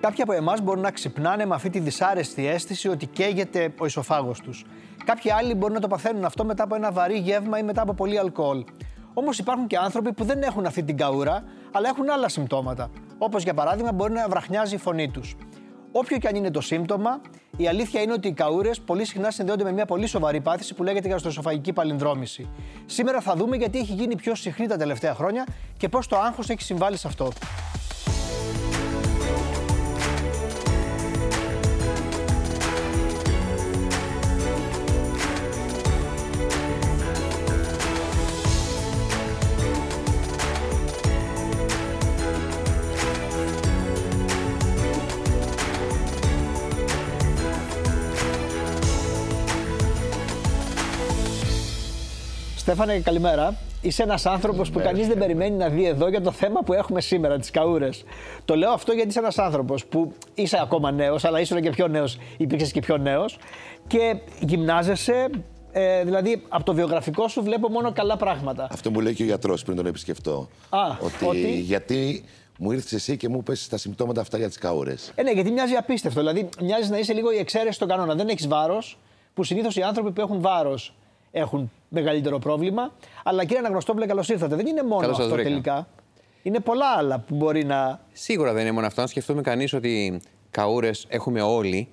Κάποιοι από εμάς μπορούν να ξυπνάνε με αυτή τη δυσάρεστη αίσθηση ότι καίγεται ο ισοφάγος τους. Κάποιοι άλλοι μπορούν να το παθαίνουν αυτό μετά από ένα βαρύ γεύμα ή μετά από πολύ αλκοόλ. Όμως υπάρχουν και άνθρωποι που δεν έχουν αυτή την καούρα, αλλά έχουν άλλα συμπτώματα. Όπως για παράδειγμα, μπορεί να βραχνιάζει η φωνή τους. Όποιο και αν είναι το σύμπτωμα, η αλήθεια είναι ότι οι καούρες πολύ συχνά συνδέονται με μια πολύ σοβαρή πάθηση που λέγεται γαστροσοφαγική παλινδρόμηση. Σήμερα θα δούμε γιατί έχει γίνει πιο συχνή τα τελευταία χρόνια και πώς το άγχος έχει συμβάλει σε αυτό. Στέφανε, καλημέρα. Είσαι ένας άνθρωπος που κανείς δεν περιμένει να δει εδώ για το θέμα που έχουμε σήμερα, τις καούρες. Το λέω αυτό γιατί είσαι ένας άνθρωπος που είσαι ακόμα νέος, αλλά ήσουν και πιο νέος, υπήρξες και πιο νέος και γυμνάζεσαι. Ε, δηλαδή, από το βιογραφικό σου βλέπω μόνο καλά πράγματα. Αυτό μου λέει και ο γιατρός πριν τον επισκεφτώ. Α, ότι, ότι? γιατί μου ήρθες εσύ και μου πέσει τα συμπτώματα αυτά για τις καούρες. Ε, ναι, γιατί μοιάζει απίστευτο. Δηλαδή, μοιάζει να είσαι λίγο η εξαίρεση στον κανόνα. Δεν έχεις βάρος, που συνήθως οι άνθρωποι που έχουν βάρος έχουν μεγαλύτερο πρόβλημα. Αλλά κύριε Αναγνωστόπουλε, καλώς ήρθατε. Δεν είναι μόνο Καλώς σας αυτό βρήκα. τελικά. Είναι πολλά άλλα που μπορεί να. Σίγουρα δεν είναι μόνο αυτό. Αν σκεφτούμε κανείς ότι καούρες έχουμε όλοι.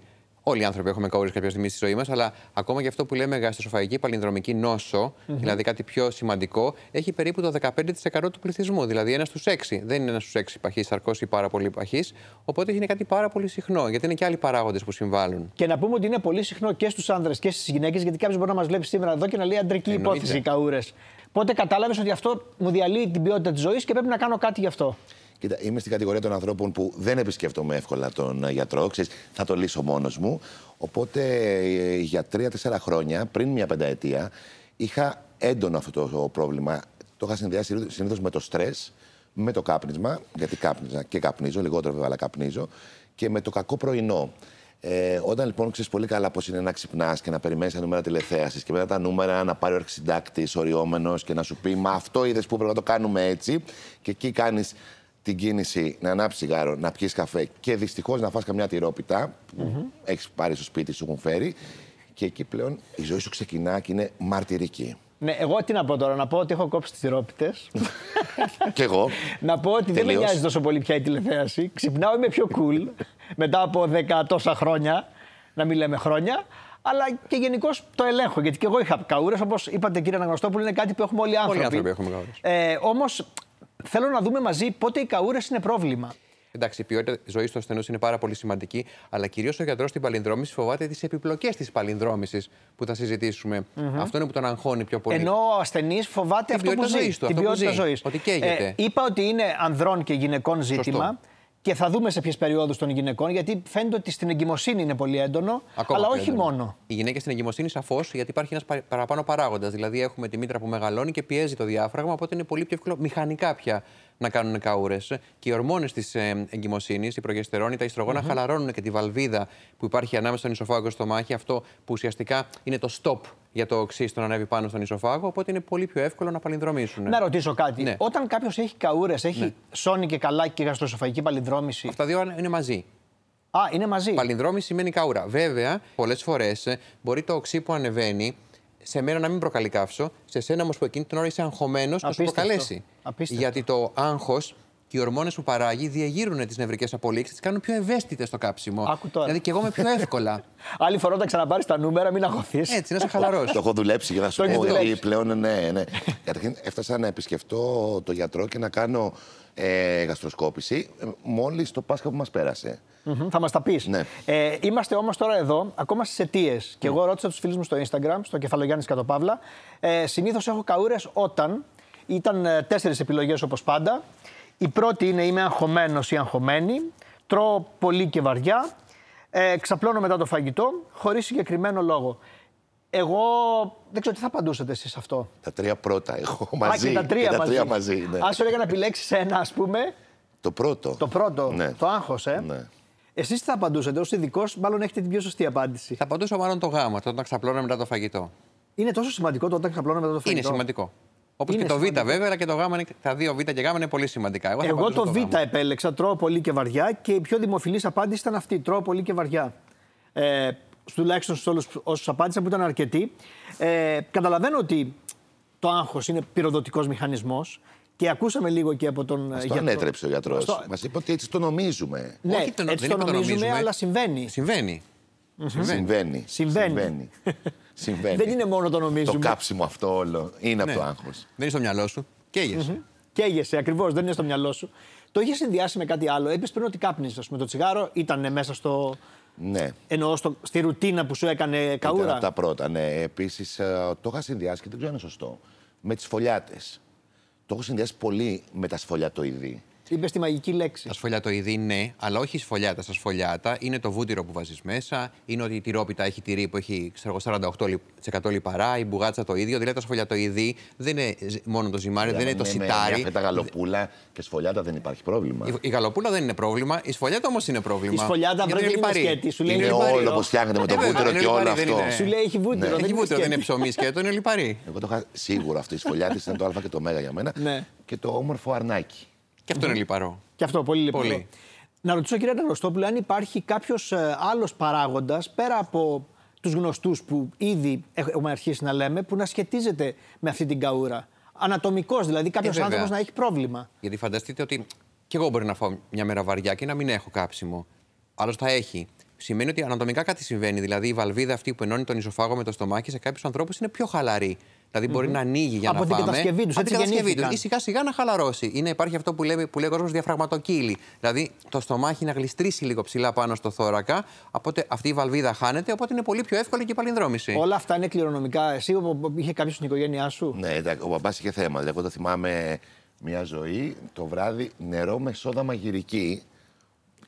Όλοι οι άνθρωποι έχουμε καούρε κάποια στιγμή στη ζωή μας, αλλά ακόμα και αυτό που λέμε γαστροσοφαγική παλινδρομική νόσο, δηλαδή κάτι πιο σημαντικό, έχει περίπου το 15% του πληθυσμού. Δηλαδή ένας στους 6. Δεν είναι ένας στους 6 παχύ, αρκώ ή πάρα πολύ παχύς. Οπότε είναι κάτι πάρα πολύ συχνό, γιατί είναι και άλλοι παράγοντες που συμβάλλουν. Και να πούμε ότι είναι πολύ συχνό και στους άνδρες και στις γυναίκες, γιατί κάποιος μπορεί να μας βλέπει σήμερα εδώ και να λέει αντρική Εννοείται. υπόθεση οι καούρες. Πότε κατάλαβες ότι αυτό μου διαλύει την ποιότητα της ζωής και πρέπει να κάνω κάτι γι' αυτό. Κοίτα, είμαι στην κατηγορία των ανθρώπων που δεν επισκέφτομαι εύκολα τον ε, γιατρό. Ξέρεις, θα το λύσω μόνος μου. Οπότε ε, για τρία-τέσσερα χρόνια, πριν μια πενταετία, είχα έντονο αυτό το πρόβλημα. Το είχα συνδυάσει συνήθως με το στρες, με το κάπνισμα, γιατί κάπνιζα και καπνίζω, λιγότερο βέβαια, αλλά καπνίζω, και με το κακό πρωινό. Ε, όταν λοιπόν ξέρεις πολύ καλά πώς είναι να ξυπνάς και να περιμένεις τα νούμερα τηλεθέασης και μετά τα νούμερα να πάρει ο αρχισυντάκτης οριόμενος και να σου πει Μα αυτό είδες που πρέπει να το κάνουμε έτσι. Και εκεί κάνεις την κίνηση να ανάψεις σιγάρο, να πιεις καφέ και δυστυχώς να φας καμιά τυρόπιτα που έχεις πάρει στο σπίτι σου, έχουν φέρει. Και εκεί πλέον η ζωή σου ξεκινά και είναι μαρτυρική. Ναι, εγώ τι να πω τώρα, να πω ότι έχω κόψει τις τυρόπιτες. Κι εγώ. να πω ότι δεν με Τελείως. νοιάζει τόσο πολύ πια η τηλεθέαση. Ξυπνάω, είμαι πιο cool μετά από δέκα τόσα χρόνια, να μην λέμε χρόνια. Αλλά και γενικώ το ελέγχω. Γιατί και εγώ είχα καούρες, όπως είπατε κύριε Αναγνωστόπουλο, είναι κάτι που έχουμε όλοι οι άνθρωποι. άνθρωποι έχουμε καούρες. Ε, Όμως θέλω να δούμε μαζί πότε οι καούρες είναι πρόβλημα. Εντάξει, η ποιότητα ζωής του ασθενούς είναι πάρα πολύ σημαντική, αλλά κυρίως ο γιατρός στην παλινδρόμηση φοβάται τις επιπλοκές της παλινδρόμησης που θα συζητησουμε Αυτό είναι που τον αγχώνει πιο πολύ. Ενώ ο ασθενής φοβάται αυτό Την που ποιότητα ζει. ζωής του, την αυτό που ποιότητα ζει, ζωής. ότι καίγεται. είπα ότι είναι ανδρών και γυναικών ζήτημα. Σωστό. Και θα δούμε σε ποιες περιόδους των γυναικών, γιατί φαίνεται ότι στην εγκυμοσύνη είναι πολύ έντονο, Ακόμα αλλά πιο όχι έντονο. μόνο. Η γυναίκα στην εγκυμοσύνη σαφώς, γιατί υπάρχει ένας παραπάνω παράγοντας. Δηλαδή, έχουμε τη μήτρα που μεγαλώνει και πιέζει το διάφραγμα, οπότε είναι πολύ πιο εύκολο μηχανικά πια να κάνουν καούρες. Και οι ορμόνες της εγκυμοσύνη, η προγεστερόνη, τα ιστρογονα χαλαρώνουν και τη βαλβίδα που υπάρχει ανάμεσα στον ισοφάγο στο μάχη, αυτό που ουσιαστικά είναι το stop για το οξύ στο να ανέβει πάνω στον ισοφάγο, οπότε είναι πολύ πιο εύκολο να παλινδρομήσουν. Να ρωτήσω κάτι. Ναι. Όταν κάποιος έχει καούρες, έχει σώνη και καλά και γαστροσοφαγική παλινδρόμηση. Αυτά δύο είναι μαζί. Α, είναι μαζί. Παλινδρόμηση σημαίνει καούρα. Βέβαια, πολλές φορές μπορεί το οξύ που ανεβαίνει σε μένα να μην προκαλεί καύσο, σε σένα όμως που εκείνη την ώρα είσαι αγχωμένος να σου Απίστευτο. προκαλέσει. Απίστευτο. Γιατί το άγχος και οι ορμόνες που παράγει διεγείρουν τις νευρικές απολύξεις, τις κάνουν πιο ευαίσθητες στο κάψιμο. Άκου τώρα. Δηλαδή και εγώ είμαι πιο εύκολα. Άλλη φορά όταν ξαναπάρεις τα νούμερα, μην αγχωθείς. Έτσι, να είσαι χαλαρός. Το έχω δουλέψει για να σου Το έχεις πω δουλέψει. ότι πλέον ναι, ναι. Καταρχήν έφτασα να επισκεφτώ το γιατρό και να κάνω ε, γαστροσκόπηση μόλις το Πάσχα που μας πέρασε. Μμμ, Θα μας τα πεις. Ναι. Ε, είμαστε όμως τώρα εδώ, ακόμα στις αιτίες. Και εγώ ρώτησα τους φίλους μου στο Instagram, στο κεφαλογιάννη Κατοπαύλα. Ε, Συνήθως έχω καούρες όταν. Ήταν ε, τέσσερις επιλογές όπως πάντα. Η πρώτη είναι είμαι αγχωμένος ή αγχωμένη. Τρώω πολύ και βαριά. Ε, ξαπλώνω μετά το φαγητό, χωρίς συγκεκριμένο λόγο. Εγώ δεν ξέρω τι θα απαντούσατε εσείς αυτό. Τα τρία πρώτα έχω Α, μαζί. και τα τρία μαζί. μαζί, ναι. Αν σου έλεγα να επιλέξεις ένα, ας πούμε, Το πρώτο. το πρώτο, Ναι. το άγχος, ε. Ναι. Εσείς τι θα απαντούσατε, ως ειδικός, μάλλον έχετε την πιο σωστή απάντηση. Θα απαντούσα μάλλον το γάμα, το να ξαπλώνω μετά το φαγητό. Είναι τόσο σημαντικό το όταν ξαπλώνω μετά το φαγητό. Είναι σημαντικό. Όπως και Είναι το Β, σημαντικό. βέβαια, αλλά και το Γ. είναι- Τα δύο Β και Γ είναι πολύ σημαντικά. Εγώ, θα Εγώ πατήσω το Β ε, Γ. επέλεξα, τρώω πολύ και βαριά και η πιο δημοφιλής απάντηση ήταν αυτή, τρώω πολύ και βαριά. Ε, τουλάχιστον στους όλους όσους απάντησαν που ήταν αρκετοί. Ε, καταλαβαίνω ότι το άγχος είναι πυροδοτικός μηχανισμός και ακούσαμε λίγο και από τον. Μας ε, το γιατρό. ανέτρεψε ο γιατρός. Μας το- Μας είπε ότι έτσι το νομίζουμε. Ναι, Όχι, δεν έτσι είπε το νομίζουμε, αλλά συμβαίνει. Συμβαίνει. Ε, Συμβαίνει. Συμβαίνει. Συμβαίνει. Συμβαίνει. Δεν είναι μόνο το Το νομίζουμε. κάψιμο αυτό όλο είναι Ναι. από το άγχος. Δεν είναι στο μυαλό σου. Καίγεσαι. Καίγεσαι, ακριβώς, δεν είναι στο μυαλό σου. Το είχες συνδυάσει με κάτι άλλο. Έπεισες πριν ότι κάπνιζε. Με το τσιγάρο ήταν μέσα στο. Ναι. Εννοώ στο, στη ρουτίνα που σου έκανε καούρα. Ήταν από τα πρώτα, ναι. Επίσης, το είχα συνδυάσει και δεν ξέρω αν είναι σωστό. Με τις φωλιάτες. Το έχω συνδυάσει πολύ με τα σφολιατοειδή. Είπες τη μαγική λέξη. Τα σφολιατοειδή ναι, αλλά όχι η σφολιάτα. Στα σφολιάτα είναι το βούτυρο που βάζεις μέσα, είναι ότι η τυρόπιτα έχει τυρί που έχει ξέρω, εγώ, 48% λιπαρά, η μπουγάτσα το ίδιο. Δηλαδή τα σφολιατοειδή δεν είναι ζ- μόνο το ζυμάρι, δεν είναι το Με- Δηλαδή, με σιτάρι. Μια φέτα γαλοπούλα και σφολιάτα δεν υπάρχει πρόβλημα. Η, η γαλοπούλα δεν είναι πρόβλημα, η σφολιάτα όμως είναι πρόβλημα. Η σφολιάτα, Γιατί βρε, δεν είναι λιπαρή. σκέτη, σου λέει Είναι είναι λιπαρό. όλο όπω φτιάχνεται με το Ε, βέβαια, βούτυρο είναι και όλο λιπαρή, δεν αυτό. είναι. Σου λέει έχει βούτυρο. Ναι. δεν Έχει είναι βούτυρο, δεν είναι σκέτη. ψωμί σκέτο, είναι λιπαρή. Εγώ το είχα σίγουρα αυτή η σφολιάτη ήταν το Α και το Μέγα για μένα. Ναι. Και το όμορφο αρνάκι. Και αυτό είναι λιπαρό. Και αυτό, πολύ λεπτό. Πολύ. Να ρωτήσω, κύριε Αναγνωστόπουλο, αν υπάρχει κάποιος άλλος παράγοντας πέρα από τους γνωστούς που ήδη ε, έχουμε αρχίσει να λέμε, που να σχετίζεται με αυτή την καούρα. Ανατομικός δηλαδή, κάποιο Ε, βέβαια. άνθρωπος να έχει πρόβλημα. Γιατί φανταστείτε ότι κι εγώ μπορεί να φάω μια μέρα βαριά και να μην έχω κάψιμο. Άλλος θα έχει. Σημαίνει ότι ανατομικά κάτι συμβαίνει. Δηλαδή η βαλβίδα αυτή που ενώνει τον ισοφάγο με το στομάχι σε κάποιους ανθρώπους είναι πιο χαλαρή. Δηλαδή μπορεί να ανοίγει για Από να την φάμε. κατασκευή τους, έτσι κατασκευή τους. γεννήθηκαν. Ή σιγά σιγά να χαλαρώσει. Είναι, υπάρχει αυτό που, λέμε, που λέει ο κόσμος διαφραγματοκύλι. Δηλαδή το στομάχι να γλιστρήσει λίγο ψηλά πάνω στο θώρακα. Οπότε αυτή η βαλβίδα χάνεται. Οπότε είναι πολύ πιο εύκολη και η παλινδρόμηση. Όλα αυτά είναι κληρονομικά. Εσύ ο- ο- είχε κάποιο στην οικογένειά σου. Ναι, τα- ο παπά είχε θέμα. Δηλαδή, εγώ το θυμάμαι μια ζωή το βράδυ νερό με σόδα μαγειρική.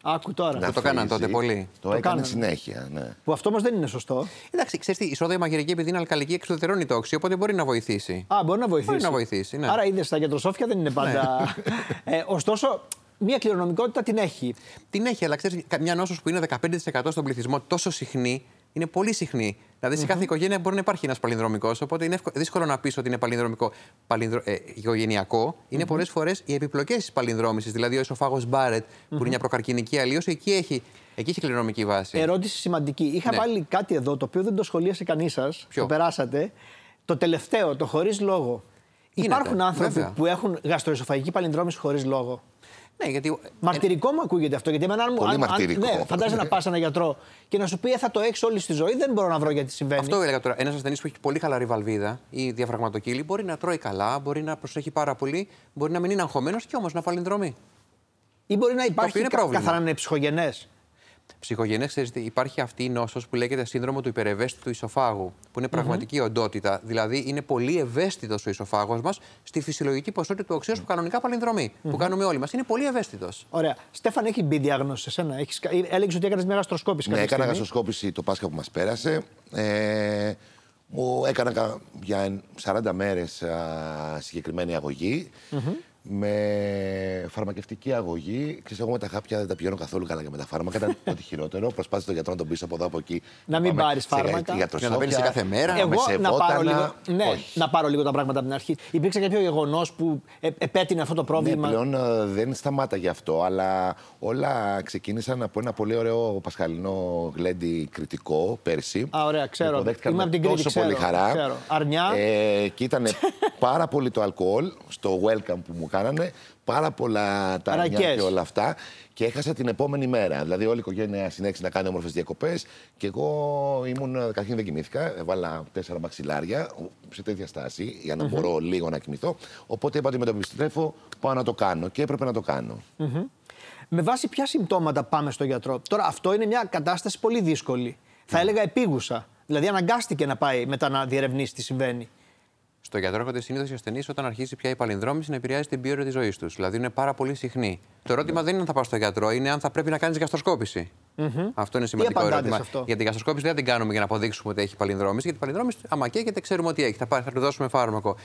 Ναι. Άκου τώρα. να το κάναν φρίζει. τότε πολύ. Το, Το έκανε κάνανε. συνέχεια, ναι. Που αυτό όμως δεν είναι σωστό. Εντάξει, ξέρεις τι, η σόδα η μαγειρική επειδή είναι αλκαλική εξουδετερώνει το όξι, οπότε μπορεί να βοηθήσει. Α, μπορεί να βοηθήσει. Μπορεί να βοηθήσει, ναι. Άρα είδες τα γιατροσόφια δεν είναι πάντα. ε, ωστόσο, μία κληρονομικότητα την έχει. Την έχει, αλλά ξέρεις, μια νόσος που είναι 15% στον πληθυσμό τόσο συχνή, είναι πολύ συχνή. Δηλαδή, σε κάθε οικογένεια μπορεί να υπάρχει ένας παλινδρομικός, οπότε είναι εύκολο- δύσκολο να πεις ότι είναι παλινδρομικό. Παλινδρο, ε, οικογενειακό, είναι πολλές φορές οι επιπλοκές της παλινδρόμησης. Δηλαδή, ο ισοφάγο Μπάρετ, που είναι μια προκαρκινική αλλίωση, εκεί έχει, εκεί έχει κληρονομική βάση. Ερώτηση σημαντική. Είχα Ναι. βάλει κάτι εδώ το οποίο δεν το σχολίασε κανείς σας. Το περάσατε. Το τελευταίο, το χωρίς λόγο. Γίνεται, Υπάρχουν άνθρωποι βέβαια. που έχουν γαστροεσοφαγική παλινδρόμηση χωρίς λόγο. Ναι, γιατί. Μαρτυρικό μου ακούγεται αυτό. Γιατί εμένα, αν μου- Πολύ αν, μαρτυρικό. ναι, φαντάζεσαι να πας ένα γιατρό και να σου πει «Ε, θα το έχεις όλη στη ζωή, δεν μπορώ να βρω γιατί συμβαίνει. ε, Αυτό έλεγα τώρα. Ένας ασθενής που έχει πολύ χαλαρή βαλβίδα ή διαφραγματοκύλη μπορεί να τρώει καλά, μπορεί να προσέχει πάρα πολύ, μπορεί να μην είναι αγχωμένος και όμως να παλινδρομεί. Ή μπορεί να υπάρχει είναι κα- πρόβλημα. καθαρά να είναι ψυχογενέ. Ψυχογενέ, ξέρετε, υπάρχει αυτή η νόσος που λέγεται σύνδρομο του υπερευαίσθητου ισοφάγου, που είναι πραγματική οντότητα. Δηλαδή, είναι πολύ ευαίσθητος ο ισοφάγος μας στη φυσιολογική ποσότητα του οξέω που κανονικά παλινδρομεί, που κάνουμε όλοι μας. Είναι πολύ ευαίσθητος. Ωραία. Στέφαν, έχει μπει διάγνωση σε σένα. Έχεις... κα- Έλεγες ότι έκανες μια γαστροσκόπηση. Ναι, κάποια έκανα στιγμή. γαστροσκόπηση το Πάσχα που μας πέρασε. Ε, μου έκανα κα- για 40 μέρε συγκεκριμένη αγωγή, Με φαρμακευτική αγωγή. Ξέρεις, εγώ με τα χάπια δεν τα πηγαίνω καθόλου καλά και με τα φάρμακα. Ήταν ό,τι χειρότερο. Προσπάθησε τον γιατρό να τον πίσω από εδώ από εκεί. Να μην Πάμε πάρεις σε φάρμακα. γιατροσόφια, Για να παίρνεις σε κάθε μέρα. πάμε Εγώ σε να πάρω, λίγο, βότανα. ναι, Όχι. να πάρω λίγο τα πράγματα από την αρχή. Υπήρξε κάποιο γεγονός που ε, επέτεινε αυτό το πρόβλημα. Ναι, πλέον ε, δεν σταμάταγε αυτό, αλλά όλα ξεκίνησαν από ένα πολύ ωραίο πασχαλινό γλέντι κριτικό πέρσι. Α, ωραία, ξέρω. Που υποδέχτηκαν Είμαι με από την Κρήτη, τόσο ξέρω, πολύ χαρά. ξέρω. Αρνιά. Ε, και ήταν πάρα πολύ το αλκοόλ στο welcome που μου κάνανε, πάρα πολλά τα αρνιά Αρακές. και όλα αυτά. Και έχασα την επόμενη μέρα. Δηλαδή, όλη η οικογένεια συνέχισε να κάνει όμορφες διακοπές. Και εγώ ήμουν, καταρχήν δεν κοιμήθηκα. Έβαλα τέσσερα μαξιλάρια σε τέτοια στάση, για να μπορώ λίγο να κοιμηθώ. Οπότε είπα ότι με το επιστρέφω πάω να το κάνω. Και έπρεπε να το κάνω. Με βάση ποια συμπτώματα πάμε στο γιατρό. Τώρα, αυτό είναι μια κατάσταση πολύ δύσκολη. Ναι. Θα έλεγα επίγουσα. Δηλαδή, αναγκάστηκε να πάει μετά να διερευνήσει τι συμβαίνει. Στο γιατρό έρχονται συνήθως οι ασθενείς όταν αρχίζει πια η παλινδρόμηση να επηρεάζει την ποιότητα της ζωής τους. Δηλαδή είναι πάρα πολύ συχνή. Το Ναι. ερώτημα δεν είναι αν θα πας στο γιατρό, είναι αν θα πρέπει να κάνεις γαστροσκόπηση. Αυτό είναι σημαντικό απαντάτε ερώτημα. σε αυτό? Γιατί την γαστροσκόπηση δεν την κάνουμε για να αποδείξουμε ότι έχει παλινδρόμηση. Γιατί παλινδρόμηση, άμα καίγεται, ξέρουμε ότι έχει. Θα, πάρει, θα του δώσουμε φάρμακο.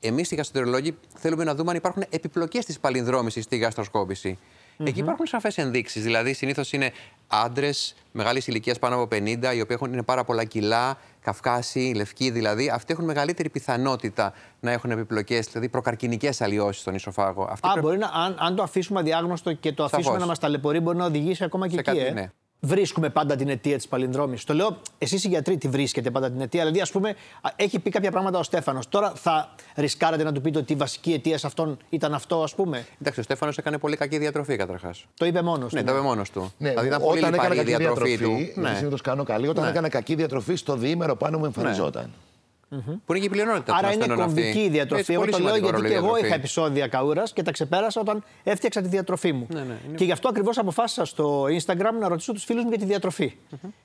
Εμείς οι γαστρολόγοι θέλουμε να δούμε αν υπάρχουν επιπλοκές της παλινδρόμησης στη γαστροσκόπηση. Εκεί υπάρχουν σαφές ενδείξεις. Δηλαδή, συνήθως είναι άντρες μεγάλης ηλικίας πάνω από 50, οι οποίοι έχουν, είναι πάρα πολλά κιλά, Καυκάσοι, λευκοί δηλαδή. Αυτοί έχουν μεγαλύτερη πιθανότητα να έχουν επιπλοκές, δηλαδή προκαρκινικές αλλοιώσεις στον ισοφάγο. Αυτοί Α, πρέπει- μπορεί να, αν, αν το αφήσουμε αδιάγνωστο και το αφήσουμε Σαφώς. να μας ταλαιπωρεί, μπορεί να οδηγήσει ακόμα και Σε εκεί. κάτι, ε. ναι. Βρίσκουμε πάντα την αιτία της παλινδρόμηση. Το λέω, εσείς οι γιατροί τη βρίσκετε πάντα την αιτία. Δηλαδή, ας πούμε, α, έχει πει κάποια πράγματα ο Στέφανος. Τώρα θα ρισκάρατε να του πείτε ότι η βασική αιτία σε αυτόν ήταν αυτό, ας πούμε. Εντάξει, ο Στέφανος έκανε πολύ κακή διατροφή καταρχάς. Το είπε μόνος Ναι, του. τα είπε μόνος του. Ναι, δηλαδή ήταν πολύ όταν έκανα λιπαρή η κακή διατροφή, διατροφή, του. Ναι. συνήθως κάνω καλή. Όταν έκανα κακή διατροφή, στο διήμερο πάνω μου εμφανιζόταν. Που είναι και η πλειονότητα των Άρα είναι ασθενών αυτή. κομβική η διατροφή. Έτσι, Εγώ πολύ το λέω σημαντικό γιατί ρόλο και η εγώ διατροφή. είχα επεισόδια καούρα και τα ξεπέρασα όταν έφτιαξα τη διατροφή μου. Ναι, ναι, είναι- Και γι' αυτό ακριβώς αποφάσισα στο Instagram να ρωτήσω τους φίλους μου για τη διατροφη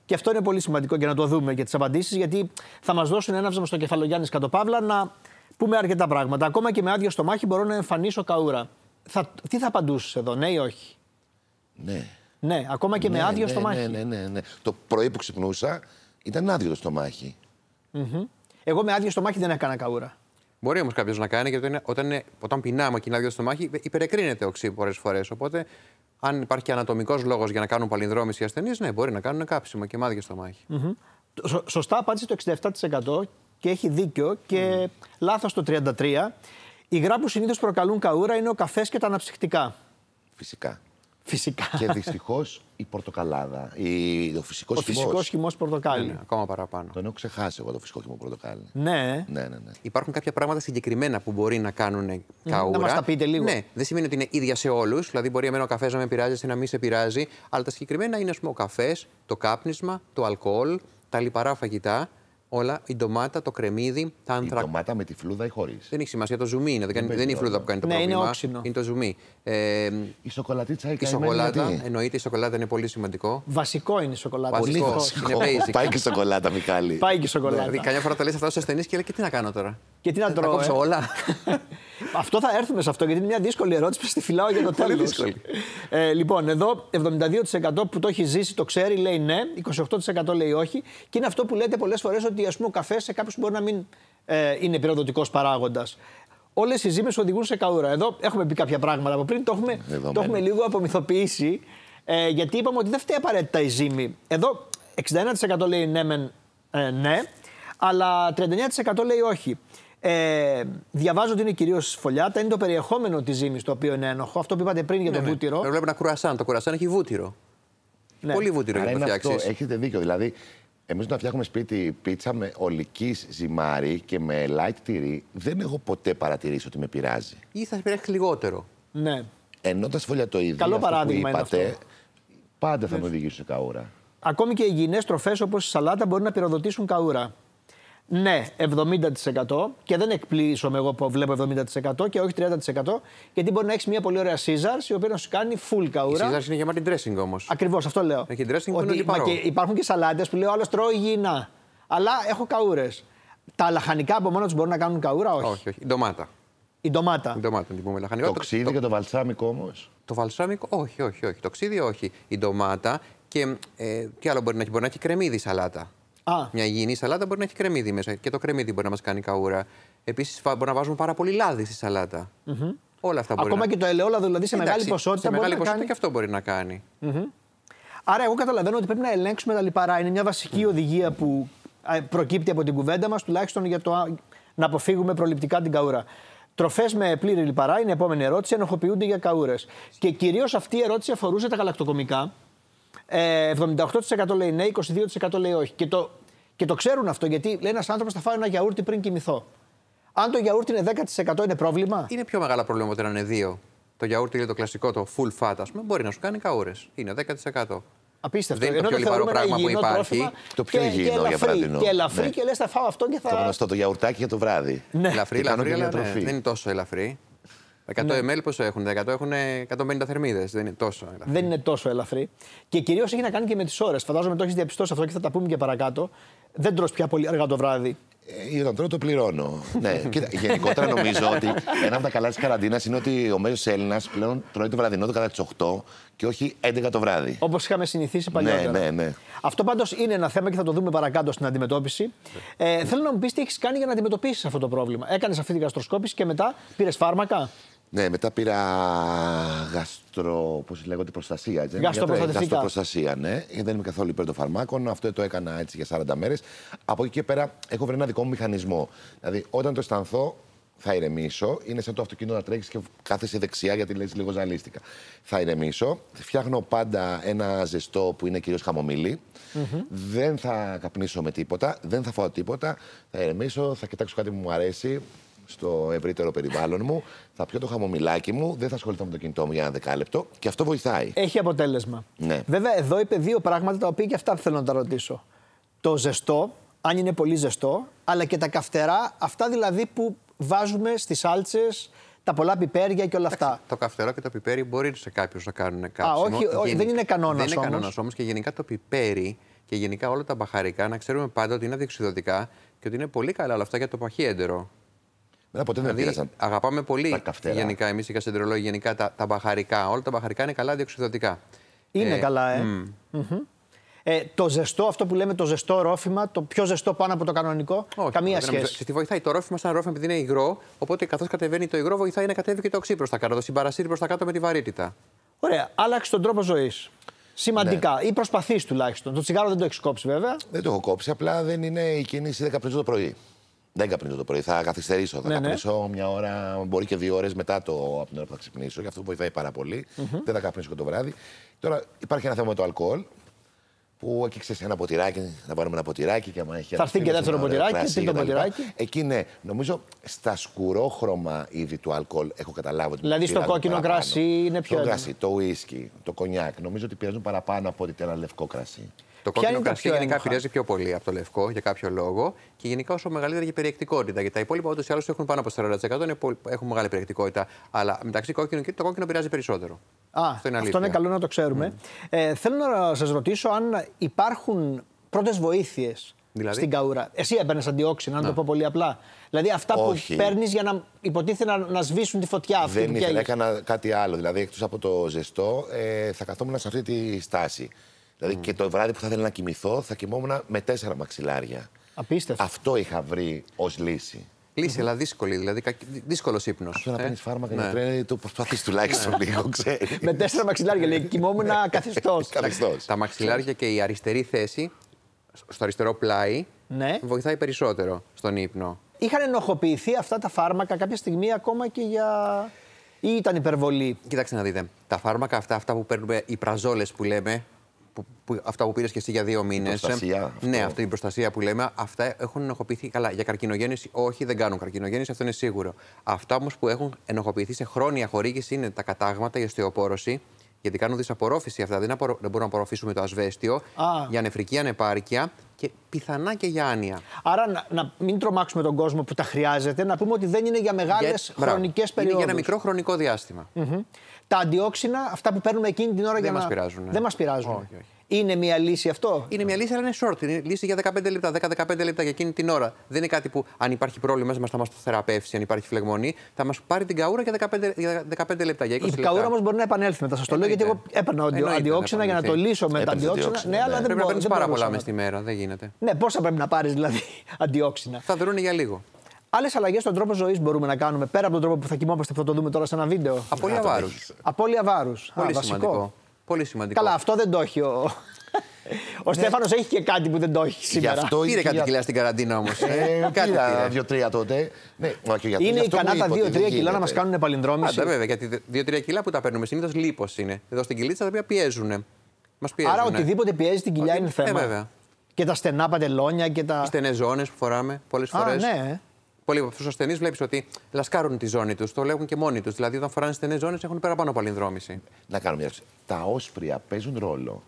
Και αυτό είναι πολύ σημαντικό και να το δούμε και τις απαντήσεις, γιατί θα μας δώσουν ένα στο κεφαλογιάννη Κατοπαύλα να πούμε αρκετά πράγματα. Ακόμα και με άδειο στο μάχη μπορώ να εμφανίσω καούρα. Θα, τι θα απαντούσες εδώ, ναι ή όχι. Ναι. Ναι, ακόμα και με άδειο ναι, στο ναι, μάχη. Ναι, ναι, ναι, ναι. Το πρωί που ξυπνούσα ήταν άδειο το στομάχι. Εγώ με άδειο στο μάχη δεν έκανα καούρα. Μπορεί όμως κάποιος να κάνει, γιατί όταν, όταν, είναι- όταν πεινάμε και είναι άδειο στο μάχη, ε, υπερεκρίνεται οξύ πολλές φορές. Οπότε, αν υπάρχει και ανατομικός λόγος για να κάνουν παλινδρόμηση οι ασθενείς, ναι, μπορεί να κάνουν κάψιμο και με άδειο στο μάχη. Σω- σωστά απάντησε το 67% και έχει δίκιο και λάθος λάθος το 33%. Η υγρά που συνήθως προκαλούν καούρα είναι ο καφές και τα αναψυκτικά. Φυσικά. Φυσικά. και δυστυχώς η πορτοκαλάδα. Η, ο φυσικό ο φυσικός χυμός πορτοκάλι. Ναι, ακόμα παραπάνω. Τον έχω ξεχάσει εγώ το φυσικό χυμό πορτοκάλι. Ναι. Ναι, ναι, ναι. Υπάρχουν κάποια πράγματα συγκεκριμένα που μπορεί να κάνουν καούρα. να μας τα πείτε λίγο. Ναι, δεν σημαίνει ότι είναι ίδια σε όλους. Δηλαδή, μπορεί εμένα ο καφές να με πειράζει ή να μην σε πειράζει. Αλλά τα συγκεκριμένα είναι, ας πούμε, ο καφές, το κάπνισμα, το αλκοόλ, τα λιπαρά φαγητά, όλα, η ντομάτα, το κρεμμύδι, τα Η ανθρακ... ντομάτα με τη φλούδα ή χωρίς. Δεν έχει σημασία, το ζουμί είναι. Δεν, κάνει- παίζει δεν είναι η ρόλο. φλούδα που κάνει το Ναι, είναι πρόβλημα. όξινο. Είναι το ζουμί. Ε, Η σοκολατίτσα ή η σοκολάτα, εννοείται, η σοκολάτα είναι πολύ σημαντικό. Βασικό είναι η σοκολάτα. Πολύ Βασικό. βασικό. Είναι basic. Πάει και σοκολάτα, Μιχάλη. Πάει και η σοκολάτα. Δηλαδή, καμιά φορά τα λες αυτά στου ασθενείς και λέει και τι να κάνω τώρα. Και τι να Θα τα τρώω, κόψω ε. όλα. αυτό θα έρθουμε σε αυτό, γιατί είναι μια δύσκολη ερώτηση που στη φυλάω για το τέλος. δύσκολη. ε, λοιπόν, εδώ 72% που το έχει ζήσει το ξέρει, λέει ναι, 28% λέει όχι. Και είναι αυτό που λέτε πολλές φορές ότι ας πούμε, ο καφές σε κάποιους μπορεί να μην ε, είναι πυροδοτικός παράγοντας. Όλες οι ζύμες οδηγούν σε καούρα. Εδώ έχουμε πει κάποια πράγματα από πριν, το έχουμε, Δεδομένο. το έχουμε λίγο απομυθοποιήσει. Ε, γιατί είπαμε ότι δεν φταίει απαραίτητα η ζύμη. Εδώ 61% λέει ναι, μεν, ε, ναι, αλλά 39% λέει όχι. Ε, διαβάζω ότι είναι κυρίως φωλιάτα, είναι το περιεχόμενο της ζύμης το οποίο είναι ένοχο. Αυτό που είπατε πριν για το βούτυρο. Εγώ βλέπω ένα κουρασάν. Το κουρασάν έχει βούτυρο. Ναι. Πολύ βούτυρο Αλλά για να το είναι φτιάξεις. αυτό, έχετε δίκιο. Δηλαδή, εμείς όταν φτιάχνουμε σπίτι πίτσα με ολικής ζυμάρι και με light τυρί, δεν έχω ποτέ παρατηρήσει ότι με πειράζει. Ή θα πειράξει λιγότερο. Ναι. Ενώ τα σφολιατοειδή Καλό αυτό παράδειγμα που είναι είπατε, αυτό. Ναι. πάντα θα με οδηγήσουν σε καούρα. Ακόμη και οι υγιεινές τροφές όπως η σαλάτα μπορούν να πυροδοτήσουν καούρα. Ναι, 70% και δεν εκπλήσωμαι εγώ που βλέπω 70% και όχι 30% γιατί μπορεί να έχεις μια πολύ ωραία Caesars η οποία να σου κάνει full Η καούρα. Caesar είναι γεμάτη dressing όμως. Ακριβώς, αυτό λέω. Έχει dressing που Ότι- είναι λιπαρό. μα και υπάρχουν και σαλάτε που λέω άλλος τρώω υγιεινά. Αλλά έχω καούρες. Τα λαχανικά από μόνα τους μπορούν να κάνουν καούρα, όχι. Όχι, όχι. Η ντομάτα. Η ντομάτα. Η ντομάτα την πούμε λαχανικά. Ε, Το ξύδι και το βαλσάμικο όμως. το βαλσάμικο, όχι, όχι, όχι. Το ξύδι, όχι. Η ντομάτα και ε, τι άλλο μπορεί να έχει. Μπορεί να έχει κρεμμύδι η σαλάτα. Α. Μια υγιεινή σαλάτα μπορεί να έχει κρεμμύδι μέσα. Και το κρεμμύδι μπορεί να μας κάνει καούρα. Επίσης, μπορεί να βάζουμε πάρα πολύ λάδι στη σαλατα Όλα αυτά μπορεί Ακόμα να και το ελαιόλαδο δηλαδή σε Εντάξει, μεγάλη ποσότητα Σε μπορεί μεγάλη να ποσότητα κάνει. και αυτό μπορεί να κάνει. Άρα, εγώ καταλαβαίνω ότι πρέπει να ελέγξουμε τα λιπαρά. Είναι μια βασική οδηγία που α, προκύπτει από την κουβέντα μας, τουλάχιστον για το α- να αποφύγουμε προληπτικά την καούρα. Τροφές με πλήρη λιπαρά είναι η επόμενη ερώτηση. Ενοχοποιούνται για καούρες. Και κυρίως αυτή η ερώτηση αφορούσε τα γαλακτοκομικά. Ε, 78% λέει ναι, 22% λέει όχι. Και το, και το ξέρουν αυτό γιατί λέει ένας άνθρωπος θα φάει ένα γιαούρτι πριν κοιμηθώ. Αν το γιαούρτι είναι 10% είναι πρόβλημα. Είναι πιο μεγάλα προβλήματα όταν είναι δύο. Το γιαούρτι είναι το κλασικό, το full fat, ας πούμε, μπορεί να σου κάνει καούρες. Είναι 10%. Απίστευτο. Δεν είναι το Ενώ πιο θεωρούμε ένα λιπαρό πράγμα που υγιεινό υπάρχει. τρόφιμα Το πιο και- υγιεινό, και για ελαφρύ, παράδεινο. Και ελαφρύ Ναι. και λες, θα φάω αυτό και θα. Το γνωστό το γιαουρτάκι για το βράδυ. Ναι. Ελαφρύ, Και κάνω ελαφρύ, και αλλά ναι, διατροφή. δεν είναι τόσο ελαφρύ. 100 Ναι. ml πόσο έχουν, 100 έχουν 150 θερμίδες. Δεν είναι τόσο ελαφρύ. δεν είναι τόσο ελαφρύ. Και κυρίως έχει να κάνει και με τις ώρες. Φαντάζομαι το έχεις διαπιστώσει αυτό και θα τα πούμε και παρακάτω. Δεν τρως πια πολύ αργά το βράδυ. Ε, όταν τρώω το πληρώνω. ναι, κοίτα, γενικότερα νομίζω ότι ένα από τα καλά της καραντίνας είναι ότι ο μέσος Έλληνας πλέον τρώει το βραδινό του κατά τις 8 και όχι 11 το βράδυ. Όπως είχαμε συνηθίσει παλιότερα. ναι, ναι. Αυτό πάντως είναι ένα θέμα και θα το δούμε παρακάτω στην αντιμετώπιση. Ε, θέλω να μου πεις τι έχεις κάνει για να αντιμετωπίσεις αυτό το πρόβλημα. Έκανες αυτή την γαστροσκόπηση και μετά πήρες φάρμακα. Ναι, μετά πήρα γαστρο. Πώς λέγεται, προστασία. έτσι, Γαστροπροστατευτικά. γιατρέ, Γαστροπροστασία, ναι. Ε, Δεν είμαι καθόλου υπέρ των φαρμάκων. Αυτό το έκανα έτσι για 40 μέρες. Από εκεί και πέρα έχω βρει ένα δικό μου μηχανισμό. Δηλαδή, όταν το αισθανθώ, θα ηρεμήσω. Είναι σαν το αυτοκίνητο να τρέχεις και κάθεσαι δεξιά γιατί λες λίγο ζαλίστηκα. Θα ηρεμήσω. Φτιάχνω πάντα ένα ζεστό που είναι κυρίως χαμομηλή. Δεν θα καπνίσω με τίποτα. Δεν θα φάω τίποτα. Θα ηρεμήσω. Θα κοιτάξω κάτι που μου αρέσει στο ευρύτερο περιβάλλον μου. Θα πιω το χαμομηλάκι μου, δεν θα ασχοληθώ με το κινητό μου για ένα δεκάλεπτο και αυτό βοηθάει. Έχει αποτέλεσμα. Ναι. Βέβαια, εδώ είπε δύο πράγματα τα οποία και αυτά θέλω να τα ρωτήσω. Το ζεστό, αν είναι πολύ ζεστό, αλλά και τα καυτερά, αυτά δηλαδή που βάζουμε στις σάλτσες, τα πολλά πιπέρια και όλα αυτά. Το καυτερό και το πιπέρι μπορεί σε κάποιους να κάνουν κάψιμο. όχι, όχι, Γενικ- δεν είναι κανόνας Δεν είναι όμως. κανόνας όμως και γενικά το πιπέρι και γενικά όλα τα μπαχαρικά να ξέρουμε πάντα ότι είναι διοξιδωτικά και ότι είναι πολύ καλά όλα αυτά για το παχύεντερο. Μένα Ναι, ποτέ δεν με Δηλαδή, πείρασαν. αγαπάμε τα πολύ καυτερά. γενικά εμείς οι κασεντρολόγοι, γενικά τα, τα μπαχαρικά. Όλα τα μπαχαρικά είναι καλά διοξιδωτικά. Είναι Ε, καλά, ε. Μμμ. Ε, το ζεστό, αυτό που λέμε το ζεστό ρόφημα, το πιο ζεστό πάνω από το κανονικό, καμία δεν νομίζω. σχέση. Στη βοηθάει το ρόφημα σαν ρόφημα επειδή είναι υγρό. Οπότε καθώς κατεβαίνει το υγρό, βοηθάει να κατέβει και το οξύ προς τα κάτω. Το συμπαρασύρει προς τα κάτω με τη βαρύτητα. Ωραία, άλλαξε τον τρόπο ζωής. Σημαντικά. Ή προσπαθείς τουλάχιστον. Το τσιγάρο δεν το έχεις κόψει, βέβαια. Δεν το έχω κόψει, απλά δεν είναι η κίνηση 10 καπνίζω το πρωί. Δεν καπνίζω το πρωί, θα καθυστερήσω. Θα Ναι, ναι. καπνίσω μια ώρα, μπορεί και δύο ώρες μετά το, από την ώρα που θα ξυπνήσω. Γι' αυτό βοηθάει πάρα πολύ. Δεν θα καπνίσω και το βράδυ. Τώρα υπάρχει ένα θέμα με το αλκοόλ. Που εκεί ξέρεις ένα ποτηράκι, να πάρουμε ένα ποτηράκι και άμα έχει Θα έρθει ένας και φίλος, δεύτερο ένα ωραίο ποτηράκι, κρασί τρίτο και τα λοιπά. ποτηράκι. Εκεί ναι, νομίζω στα σκουρόχρωμα είδη του αλκοόλ έχω καταλάβει ότι. Δηλαδή, στο πειράζουν κόκκινο παραπάνω. κρασί είναι πιο Το έντονο. κρασί, το ουίσκι, το κονιάκ. Νομίζω ότι πειράζουν παραπάνω από ότι ένα λευκό κρασί. Το Ποια κόκκινο είναι τα κρασί πιο γενικά ένοχα? επηρεάζει πιο πολύ από το λευκό για κάποιο λόγο και γενικά όσο μεγαλύτερη και η περιεκτικότητα. Γιατί τα υπόλοιπα ούτως ή άλλως έχουν πάνω από 40%, είναι πολύ- έχουν μεγάλη περιεκτικότητα. Αλλά μεταξύ κόκκινο και το κόκκινο επηρεάζει περισσότερο. Α, αυτό είναι, καλό να το ξέρουμε. Ε, θέλω να σας ρωτήσω αν υπάρχουν πρώτες βοήθειες Δηλαδή? στην καούρα. Εσύ έπαιρνε αντιόξινα, να το πω πολύ απλά. Δηλαδή αυτά Όχι. που παίρνεις για να υποτίθεται να, να σβήσουν τη φωτιά αυτή Δεν που ήθελα, καίγεται. έκανα κάτι άλλο. Δηλαδή, εκτός από το ζεστό, ε, θα καθόμουν σε αυτή τη στάση. Δηλαδή, και το βράδυ που θα ήθελα να κοιμηθώ, θα κοιμόμουν με τέσσερα μαξιλάρια. Απίστευτο. Αυτό είχα βρει ως λύση. Λύση, αλλά δύσκολη. Δηλαδή δύσκολος ύπνος. Αυτό να Ε, παίρνεις φάρμακα Ναι. για τρένο, το προσπαθείς τουλάχιστον λίγο, ξέρεις. ναι. Με τέσσερα μαξιλάρια λέει: Κοιμόμουν καθιστό. Τα μαξιλάρια και η αριστερή θέση, στο αριστερό πλάι, Ναι. βοηθάει περισσότερο στον ύπνο. Είχαν ενοχοποιηθεί αυτά τα φάρμακα κάποια στιγμή ακόμα και για. ή ήταν υπερβολή. Κοιτάξτε να δείτε. Τα φάρμακα αυτά, αυτά που παίρνουμε, οι πραζόλες που λέμε, που, που, αυτά που πήρες και εσύ για δύο μήνε. προστασία, αυτό. Ναι, αυτή η προστασία που λέμε, αυτά έχουν ενοχοποιηθεί καλά. Για καρκινογέννηση, όχι, δεν κάνουν καρκινογέννηση, αυτό είναι σίγουρο. Αυτά όμως που έχουν ενοχοποιηθεί σε χρόνια χορήγηση είναι τα κατάγματα, η οστεοπόρωση. Γιατί κάνουν δυσαπορρόφηση αυτά. Δεν, απορρο... δεν μπορούν να απορροφήσουμε το ασβέστιο Α. για νεφρική ανεπάρκεια και πιθανά και για άνοια. Άρα να, να μην τρομάξουμε τον κόσμο που τα χρειάζεται, να πούμε ότι δεν είναι για μεγάλες Για- Μπράβο. χρονικές Είναι περιόδου. Για ένα μικρό χρονικό διάστημα. Τα αντιόξινα, αυτά που παίρνουμε εκείνη την ώρα για να. μας πειράζουν, ναι. Δεν μας πειράζουν. Όχι, όχι. Είναι μια λύση αυτό. Είναι μια λύση, αλλά είναι short. Είναι λύση για 15 λεπτά, 10-15 λεπτά για εκείνη την ώρα. Δεν είναι κάτι που αν υπάρχει πρόβλημα μας, θα μα το θεραπεύσει, αν υπάρχει φλεγμονή. Θα μας πάρει την καούρα για 15, για 15 λεπτά, για 20 Η λεπτά. καούρα όμως μπορεί να επανέλθει μετά. Σας το λέω γιατί εγώ Εννοείται. έπαιρνα αντι- Εννοείται, αντιόξινα θα για να το επανέλθει. λύσω με τα Έπαιρνες αντιόξινα. αντιόξινα, Ναι, ναι. αλλά δεν Πρέπει να μπορώ. παίρνεις Δεν πάρα μπορούσα πολλά να με το- στη μέρα. Δεν γίνεται. Ναι, πόσα πρέπει να πάρεις δηλαδή αντιόξινα. Θα δρούν για λίγο. Άλλες αλλαγές στον τρόπο ζωής μπορούμε να κάνουμε πέρα από τον τρόπο που θα κοιμόμαστε που θα το δούμε τώρα σε ένα βίντεο. Απόλυα βάρου. Απόλυα βάρους. Πολύ σημαντικό. Πολύ σημαντικό. Καλά, αυτό δεν το έχει ο. Ο Στέφανος έχει και κάτι που δεν το έχει σήμερα. Ε, ναι. αυτό Πήρε είχε κάτι για- κιλά στην καραντίνα όμως. Ε, Κάτι πήρα πήρε. δύο-τρία τότε. Ναι, μα και ο γιατρός Είναι γι' αυτό μου ικανά τα είπε ότι 2-3 δεν κιλά να μα γίνεται. κάνουν επαλυνδρόμηση. Πάντα βέβαια, γιατί 2-3 κιλά που τα παίρνουμε συνήθως λίπος είναι. Εδώ στην κυλίτσα τα οποία πιέζουν. Μα πιέζουν. ναι. Άρα οτιδήποτε πιέζει την κοιλιά Ότι- είναι ε, θέμα. βέβαια. Και τα στενά παντελόνια και τα. Οι στενές ζώνες που φοράμε πολλές Α, φορές. ναι. Πολλοί από τους ασθενείς βλέπεις ότι λασκάρουν τη ζώνη τους, το λέγουν και μόνοι τους. Δηλαδή, όταν φοράνε στενέ ζώνες έχουν παραπάνω από αλληλενδρόμηση. Να κάνω μια ερώτηση. Τα όσπρια παίζουν ρόλο.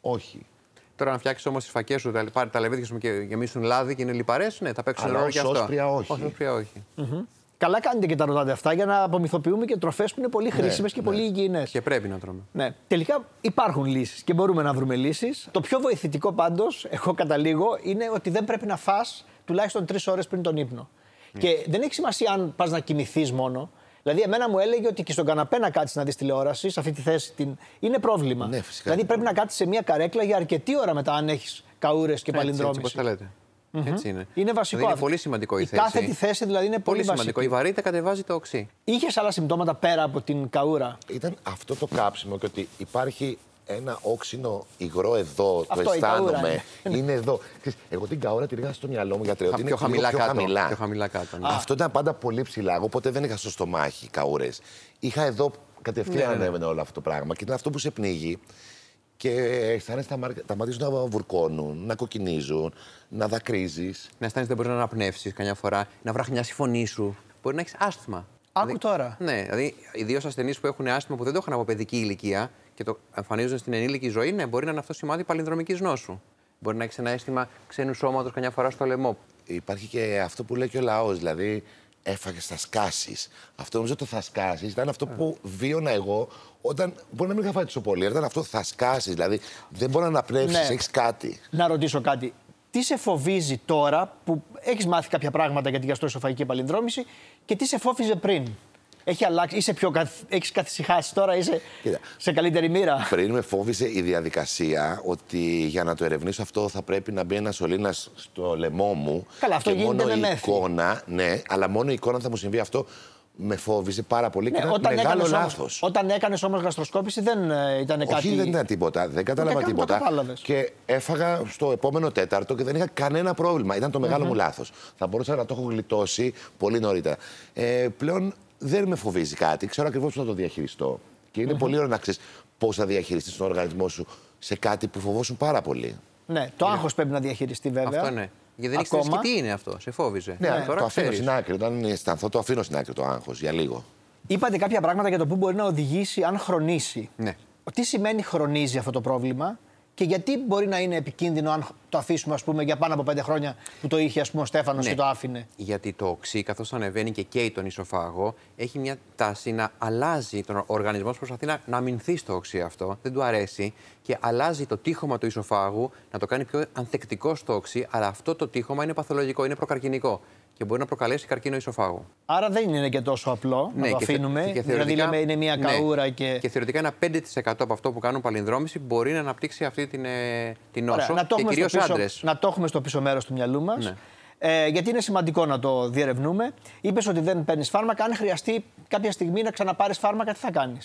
Όχι. Τώρα, να φτιάξεις όμως τις φακές σου, τα λι- πάρει τα λεβίδια σου και γεμίσουν λάδι και είναι λιπαρές, ναι, θα παίξουν Αλλά ρόλο ως και αυτά. όσπρια όχι. Ως όσπρια όχι. Καλά κάνετε και τα ρωτάτε αυτά για να απομυθοποιούμε και τροφές που είναι Ναι, πολύ χρήσιμες και πολύ υγιεινές. Και πρέπει να τρώμε. Ναι. Τελικά υπάρχουν λύσεις και μπορούμε να βρούμε λύσεις. Το πιο βοηθητικό πάντως, εγώ καταλήγω, είναι ότι δεν πρέπει να φά τουλάχιστον τρεις ώρες πριν τον ύπνο. Ναι. Και δεν έχει σημασία αν πας να κοιμηθείς μόνο. Δηλαδή, εμένα μου έλεγε ότι και στον καναπέ να κάτσεις να δεις τηλεόραση, σε αυτή τη θέση την... είναι πρόβλημα. Ναι, φυσικά. Δηλαδή, πρέπει να κάτσεις σε μια καρέκλα για αρκετή ώρα μετά, αν έχεις καούρες και Έτσι, έτσι, όπως παλινδρόμηση. τα λέτε. Έτσι είναι. Είναι βασικό Δηλαδή είναι αυτό. πολύ σημαντικό η, Η θέση. κάθετη θέση δηλαδή είναι πολύ σημαντικό. βασική. Η βαρύτητα κατεβάζει το οξύ. Είχες άλλα συμπτώματα πέρα από την καούρα. Ήταν αυτό το κάψιμο και ότι υπάρχει ένα όξινο υγρό εδώ, Αυτό, το η αισθάνομαι. καούρα ναι. Είναι, εδώ. Ξέρεις, Εγώ την καούρα την είχα στο μυαλό μου για τρία. Χα- ότι είναι πιο λίγο χαμηλά πιο κάτω, χαμηλά. πιο χαμηλά κάτω, ναι. Αυτό ήταν πάντα πολύ ψηλά. Εγώ ποτέ δεν είχα στο στομάχι καούρες. Είχα εδώ κατευθείαν Ναι, ναι, ναι. ανέβαινε όλο αυτό το πράγμα και ήταν αυτό που σε πνίγει. Και αισθάνεσαι τα, μάρκα- τα μάτια σου να βουρκώνουν, να κοκκινίζουν, να δακρύζεις. Να αισθάνεσαι ότι δεν μπορείς να αναπνεύσεις καμιά φορά, να βραχνιάσει η φωνή σου. Μπορεί να έχεις άσθμα. Άκου Δηλαδή- τώρα. Ναι, δηλαδή ιδίως ασθενείς που έχουν άσθμα που δεν το είχαν από παιδική ηλικία και το εμφανίζουν στην ενήλικη ζωή, ναι, μπορεί να είναι αυτό σημάδι παλινδρομικής νόσου. Μπορεί να έχεις ένα αίσθημα ξένου σώματος καμιά φορά στο λαιμό. Υπάρχει και αυτό που λέει και ο λαός, δηλαδή έφαγες, θα σκάσεις. Αυτό νομίζω το θα σκάσεις ήταν αυτό Ε. που βίωνα εγώ όταν. Μπορεί να μην είχα φάει τόσο πολύ, αλλά ήταν αυτό θα σκάσεις. Δηλαδή δεν μπορεί να αναπνεύσεις, Ναι. έχεις κάτι. Να ρωτήσω κάτι. Τι σε φοβίζει τώρα που έχεις μάθει κάποια πράγματα για την γαστροεσοφαγική επαλυνδρόμηση και τι σε φόβιζε πριν. Έχει αλλάξει, είσαι πιο καθ... έχεις καθησυχάσει τώρα, είσαι Κοίτα. σε καλύτερη μοίρα. Πριν με φόβησε η διαδικασία ότι για να το ερευνήσω αυτό θα πρέπει να μπει ένας σωλήνας στο λαιμό μου. Καλά, αυτό και γίνεται μόνο με η μέθη. εικόνα, ναι, αλλά μόνο η εικόνα θα μου συμβεί αυτό. Με φόβησε πάρα πολύ και Ναι, ήταν όταν μεγάλο έκανες λάθο. όμως, όταν έκανες όμως γαστροσκόπηση δεν ε, ήταν κάτι... Όχι, δεν ήταν τίποτα. Δεν κατάλαβα καν το τίποτα. κατάλαβες. Και έφαγα στο επόμενο τέταρτο και δεν είχα κανένα πρόβλημα. Ήταν το μεγάλο μου λάθος. Θα μπορούσα να το έχω γλιτώσει πολύ νωρίτερα. Ε, πλέον δεν με φοβίζει κάτι. Ξέρω ακριβώς πώς θα το διαχειριστώ. Και ειναι πολύ ωραίο να ξέρεις πώς θα διαχειριστείς τον οργανισμό σου σε κάτι που φοβόσουν πάρα πολύ. Ναι, το άγχος πρέπει να διαχειριστεί βέβαια. Αυτό ναι. Γιατί δεν έχει Ακόμα. τι είναι αυτό, σε φόβιζε. Ε, Ναι, το αφήνω ξέρεις. στην άκρη. Όταν αισθανθώ, το αφήνω στην άκρη το άγχος για λίγο. Είπατε κάποια πράγματα για το πού μπορεί να οδηγήσει αν χρονίσει. Ναι. Τι σημαίνει χρονίζει αυτό το πρόβλημα και γιατί μπορεί να είναι επικίνδυνο αν το αφήσουμε ας πούμε, για πάνω από πέντε χρόνια που το είχε ας πούμε, ο Στέφανος Ναι. και το άφηνε. Γιατί το οξύ, καθώς ανεβαίνει και καίει τον ισοφάγο, έχει μια τάση να αλλάζει τον οργανισμό. που Προσπαθεί να, να αμυνθεί στο οξύ αυτό, δεν του αρέσει και αλλάζει το τείχομα του ισοφάγου να το κάνει πιο ανθεκτικό στο οξύ. Αλλά αυτό το τείχομα είναι παθολογικό, είναι προκαρκινικό και μπορεί να προκαλέσει καρκίνο ισοφάγου. Ναι, Άρα δεν είναι και τόσο απλό να το και θε- αφήνουμε. και δηλαδή θεωρητικά- λέμε είναι μια ναι. καούρα και. Και θεωρητικά ένα 5% από αυτό που κάνουν παλινδρόμηση μπορεί να αναπτύξει αυτή την, ε, την νόσο. Ωραία, να, το και έχουμε στο κυρίως πίσω, άντρες. να το έχουμε στο πίσω μέρος του μυαλού μας. Ναι. Ε, γιατί είναι σημαντικό να το διερευνούμε. Είπες ότι δεν παίρνεις φάρμακα. Αν χρειαστεί κάποια στιγμή να ξαναπάρεις φάρμακα, τι θα κάνεις.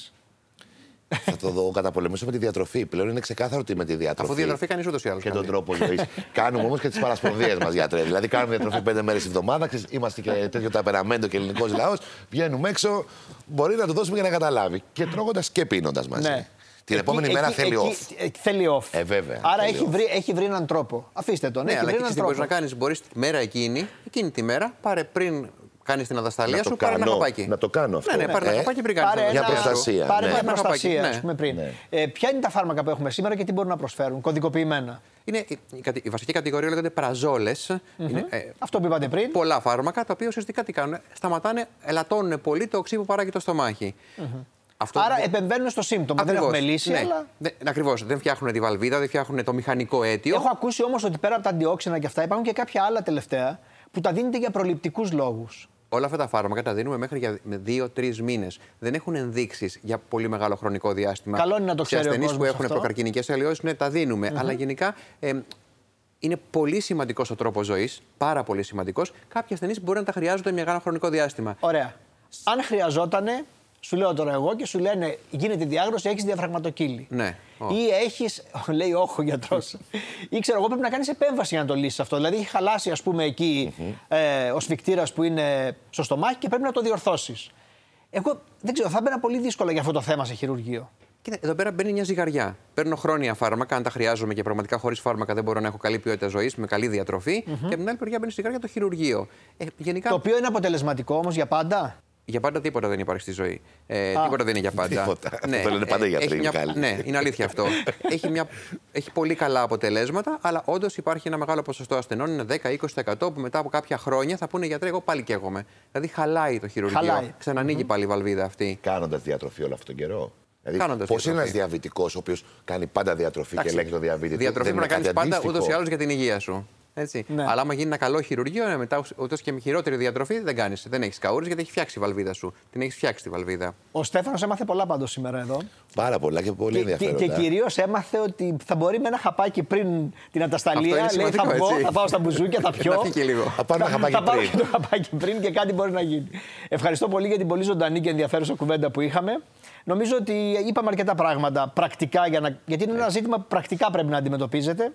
θα το δω, καταπολεμήσω με τη διατροφή. Πλέον είναι ξεκάθαρο ότι με τη διατροφή. Αφού διατροφή κανεί ούτως ή άλλως. και τον τρόπο ζωής. κάνουμε όμως και τις παρασπονδίες μας, γιατρέ. Δηλαδή, κάνουμε διατροφή πέντε μέρες τη εβδομάδα. ξέρεις, Είμαστε και τέτοιο ταπεραμέντο και ελληνικός λαός. Βγαίνουμε έξω. Μπορεί να του δώσουμε και να καταλάβει. Και τρώγοντας και πίνοντας μαζί. Ναι. Την Εκεί- επόμενη μέρα εκεί- θέλει εκεί- off. ε, θέλει off. Ε, βέβαια, Άρα θέλει έχει off. βρει, έχει βρει έναν τρόπο. Αφήστε τον. Ναι, έχει αλλά βρει και έναν τι τρόπο. μπορεί να κάνεις. Μπορείς τη μέρα εκείνη, εκείνη τη μέρα, πάρε πριν κάνει την αδασταλία Να το σου, πάρε ένα κάνω. χαπάκι. Να το κάνω αυτό. Ναι, ναι, πάρε Ε, ένα χαπάκι πριν κάνεις. Πάρε Για ένα- προστασία, Πάρε ναι. μια Ένα χαπάκι, προστασία, ναι. ας πούμε, πριν. Ναι. Ε, ποια είναι τα φάρμακα που έχουμε σήμερα και τι μπορούν να προσφέρουν, κωδικοποιημένα. Είναι, η, η, κατε- η βασική κατηγορία λέγονται πραζόλες. Είναι ε, Αυτό που είπατε πριν. πολλά φάρμακα τα οποία ουσιαστικά τι κάνουν. Σταματάνε, ελαττώνουν πολύ το οξύ που παράγει το στομαχι Αυτό Άρα δεν- επεμβαίνουν στο σύμπτωμα. Ακριβώς, Δεν έχουμε λύση, ναι. αλλά. Ακριβώς. Δεν φτιάχνουν τη βαλβίδα, δεν φτιάχνουν το μηχανικό αίτιο. Έχω ακούσει όμως ότι πέρα από τα αντιόξινα και αυτά υπάρχουν και κάποια άλλα τελευταία που τα δίνετε για προληπτικούς λόγους. Όλα αυτά τα φάρμακα τα δίνουμε μέχρι για δύο-τρει μήνες. Δεν έχουν ενδείξεις για πολύ μεγάλο χρονικό διάστημα. Καλό είναι να το ξέρει ο Σε ασθενείς που κόσμος έχουν αυτό. προκαρκινικές αλλοιώσεις, ναι, τα δινουμε Αλλά γενικά ε, είναι πολύ σημαντικός ο τρόπος ζωής. Πάρα πολύ σημαντικός. Κάποιοι ασθενείς μπορεί να τα χρειάζονται μεγάλο χρονικό διάστημα. Ωραία. Αν χρειαζότανε, σου λέω τώρα εγώ και σου λένε γίνεται η διάγνωση, έχεις διαφραγματοκύλι. Ναι. Ω. Ή έχεις, λέει όχι ο γιατρός. ή ξέρω εγώ πρέπει να κάνεις επέμβαση για να το λύσεις αυτό. Δηλαδή έχει χαλάσει, ας πούμε, εκεί, ε, ο σφιχτήρας που είναι στο στομάχι και πρέπει να το διορθώσεις. Εγώ δεν ξέρω, θα μπαίνα πολύ δύσκολα για αυτό το θέμα σε χειρουργείο. Κοίτα, εδώ πέρα μπαίνει μια ζυγαριά. Παίρνω χρόνια φάρμακα, αν τα χρειάζομαι και πραγματικά χωρίς φάρμακα δεν μπορώ να έχω καλή ποιότητα ζωής, με καλή διατροφή. Και από την άλλη μεριά μπαίνει ζυγαριά το χειρουργείο. Ε, γενικά, Το οποίο είναι αποτελεσματικό όμως για πάντα. Για πάντα τίποτα δεν υπάρχει στη ζωή. Ε, τίποτα δεν είναι για πάντα. Τίποτα. Αυτό λένε πάντα οι Ε, γιατροί, έχει μια- Μιχάλη. Ναι, είναι αλήθεια αυτό. έχει, μια, έχει πολύ καλά αποτελέσματα, αλλά όντως υπάρχει ένα μεγάλο ποσοστό ασθενών, είναι 10-20% που μετά από κάποια χρόνια θα πούνε γιατρέ, εγώ πάλι καίγομαι. Δηλαδή χαλάει το χειρουργείο. Χαλάει. Ξανανοίγει πάλι η βαλβίδα αυτή. Κάνοντας διατροφή όλο αυτόν τον καιρό. Κάνοντας πώς είναι διατροφή. ένας διαβητικός ο οποίος κάνει πάντα διατροφή και Εντάξει. ελέγχει το διαβήτη. του, Διατροφή δεν πρέπει να είναι κάνει κάτι πάντα αντίστοιχο? ούτως ή άλλως για την υγεία σου. Έτσι. Ναι. Αλλά άμα γίνει ένα καλό χειρουργείο, ε, μετά ούτως και με χειρότερη διατροφή δεν κάνεις. Δεν έχεις καούρες γιατί έχει φτιάξει η βαλβίδα σου. Την έχεις φτιάξει τη βαλβίδα. Ο Στέφανος έμαθε πολλά πάντως σήμερα εδώ. Πάρα πολλά και πολύ Και- και, ενδιαφέροντα. και ε. κυρίως έμαθε ότι θα μπορεί με ένα χαπάκι πριν την ατασταλία. Αυτό είναι σημαντικό, θα, βγω, έτσι. θα πάω στα μπουζούκια, θα πιω. Να φύγει και λίγο. Θα πάρω ένα χαπάκι θα πάρω πριν. και το χαπάκι πριν και κάτι μπορεί να γίνει. Ευχαριστώ πολύ για την πολύ ζωντανή και ενδιαφέρουσα κουβέντα που είχαμε. Νομίζω ότι είπαμε αρκετά πράγματα πρακτικά, για να... γιατί είναι ένα ζήτημα που πρακτικά πρέπει να αντιμετωπίζετε.